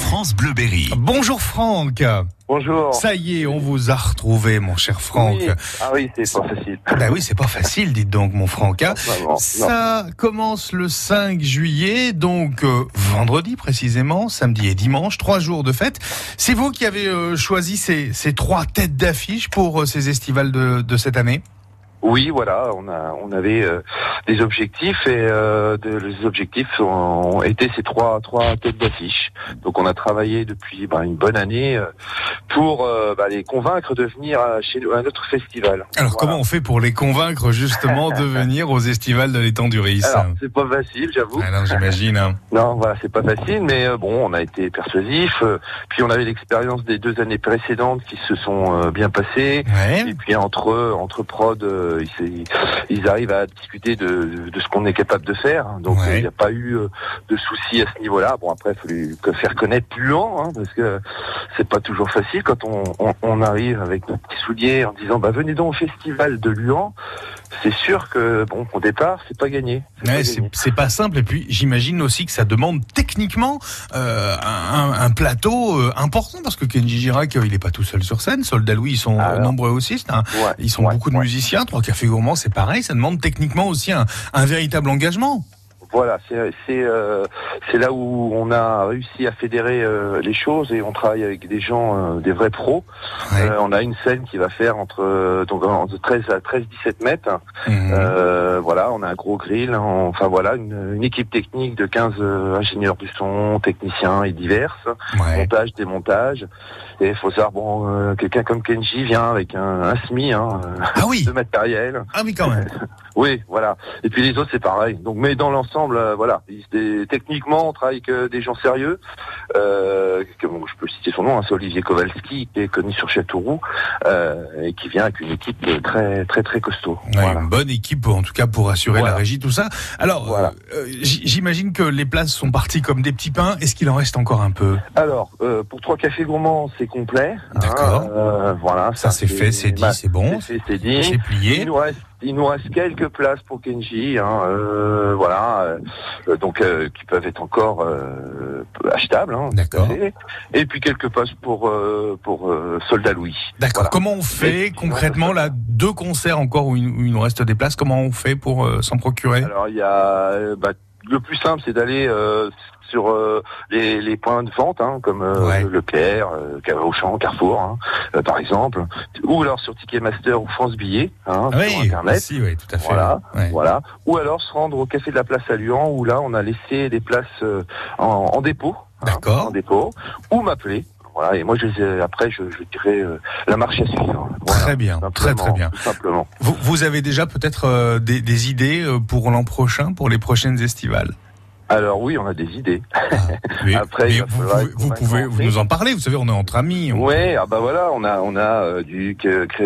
France Bleuberry. Bonjour Franck. Bonjour. Ça y est, on vous a retrouvé, mon cher Franck. Oui. Ah oui, c'est pas facile. Bah oui, c'est pas facile, dites donc, mon Franck. hein. Vraiment, Oh, non. Ça commence le 5 juillet, donc euh, vendredi précisément, samedi et dimanche, trois jours de fête. C'est vous qui avez euh, choisi ces, ces trois têtes d'affiche pour euh, ces estivales de, de cette année. Oui, voilà, on a, on avait euh, des objectifs et euh, de- les objectifs ont, ont été ces trois, trois têtes d'affiche. Donc on a travaillé depuis ben, une bonne année euh, pour euh, ben, les convaincre de venir à, chez nous- à notre festival. Alors Voilà. comment on fait pour les convaincre justement de venir aux estivales de l'étang du Riz Alors, c'est pas facile, j'avoue. Ah non, j'imagine. hein. Non, voilà, c'est pas facile, mais euh, bon, on a été persuasif. euh, puis on avait l'expérience des deux années précédentes qui se sont euh, bien passées. Ouais. Et puis entre eux, entre prod, euh, ils, se- ils arrivent à discuter de, de ce qu'on est capable de faire. hein. Donc euh, il Ouais. n'y a pas eu euh, de soucis à ce niveau-là. Bon après, il faut lui que faire connaître Luan, hein, parce que c'est pas toujours facile quand on, on- on arrive avec nos petits souliers en disant bah venez donc au festival de Luan. C'est sûr que bon au départ, c'est pas gagné. C'est pas Ouais, c'est gagné. c'est pas simple. Et puis, j'imagine aussi que ça demande techniquement euh, un, un plateau euh, important parce que Kenji Girac, euh, il est pas tout seul sur scène. Soldat Louis, ils sont euh, Ah, Alors. nombreux aussi. c'est un- Ouais, ils sont ouais, beaucoup de ouais. musiciens. Trois cafés gourmands, c'est pareil. Ça demande techniquement aussi un, un véritable engagement. Voilà, c'est c'est euh, c'est là où on a réussi à fédérer euh, les choses et on travaille avec des gens, euh, des vrais pros. Ouais. Euh, on a une scène qui va faire entre euh, donc entre 13 à 13 17 mètres. Mhm. Euh, voilà, on a un gros grill. on- enfin voilà, une, une équipe technique de 15 euh, ingénieurs du son, techniciens et divers. ouais. Montage, démontage. Et il faut savoir bon, euh, quelqu'un comme Kenji vient avec un, un SMI, hein, euh, Ah oui, de matériel. ah oui quand même. Oui, voilà. Et puis les autres, c'est pareil. Donc, mais dans l'ensemble, euh, voilà. Ils- des- techniquement, on travaille avec euh, des gens sérieux. Euh, que- bon, je peux citer son nom, hein, c'est Olivier Kowalski, qui est connu sur Châteauroux, euh, et qui vient avec une équipe euh, très, très, très costaud. Ouais, Voilà. Une bonne équipe, en tout cas, pour assurer Voilà. la régie, tout ça. Alors, Voilà. euh, j- j'imagine que les places sont parties comme des petits pains. Est-ce qu'il en reste encore un peu Alors, euh, pour trois cafés gourmands, c'est complet. hein, D'accord. euh, voilà. Ça, c'est fait, c'est dit, bah, c'est bon, c'est fait, c'est dit. c'est plié. Il nous reste, il nous reste quelques places pour Kenji, hein, euh, voilà, euh, euh, donc euh, qui peuvent être encore euh, achetables. hein, D'accord. tout à fait. Et puis quelques places pour euh, pour euh, Soldat Louis. D'accord. Voilà. Comment on fait Mais- concrètement là deux concerts encore où il, où il nous reste des places Comment on fait pour euh, s'en procurer Alors il y a, euh, bah, le plus simple, c'est d'aller euh, sur euh, les, les points de vente, hein, comme euh, Ouais. Leclerc, euh, Car- Auchan, Carrefour, hein, euh, par exemple, ou alors sur Ticketmaster ou France Billet, hein, Ah sur Internet. si, oui, tout à fait. Voilà. Ouais. Voilà. Ou alors se rendre au café de la place à Luan où là on a laissé des places euh, en, en dépôt. hein, D'accord. en dépôt. Ou m'appeler. Voilà. Et moi je les ai- après je, je dirais euh, la marche à suivre. Voilà. Très bien, très Simplement, très bien. tout simplement. Vous, vous avez déjà peut-être euh, des, des idées euh, pour l'an prochain, pour les prochaines estivales Alors oui, on a des idées. Mais- Après, mais il va vous, falloir pouvez- vous convaincre pouvez vous André. nous en parler, vous savez, on est entre amis. on- Ouais, ah bah voilà, on a on a euh, du que- cré-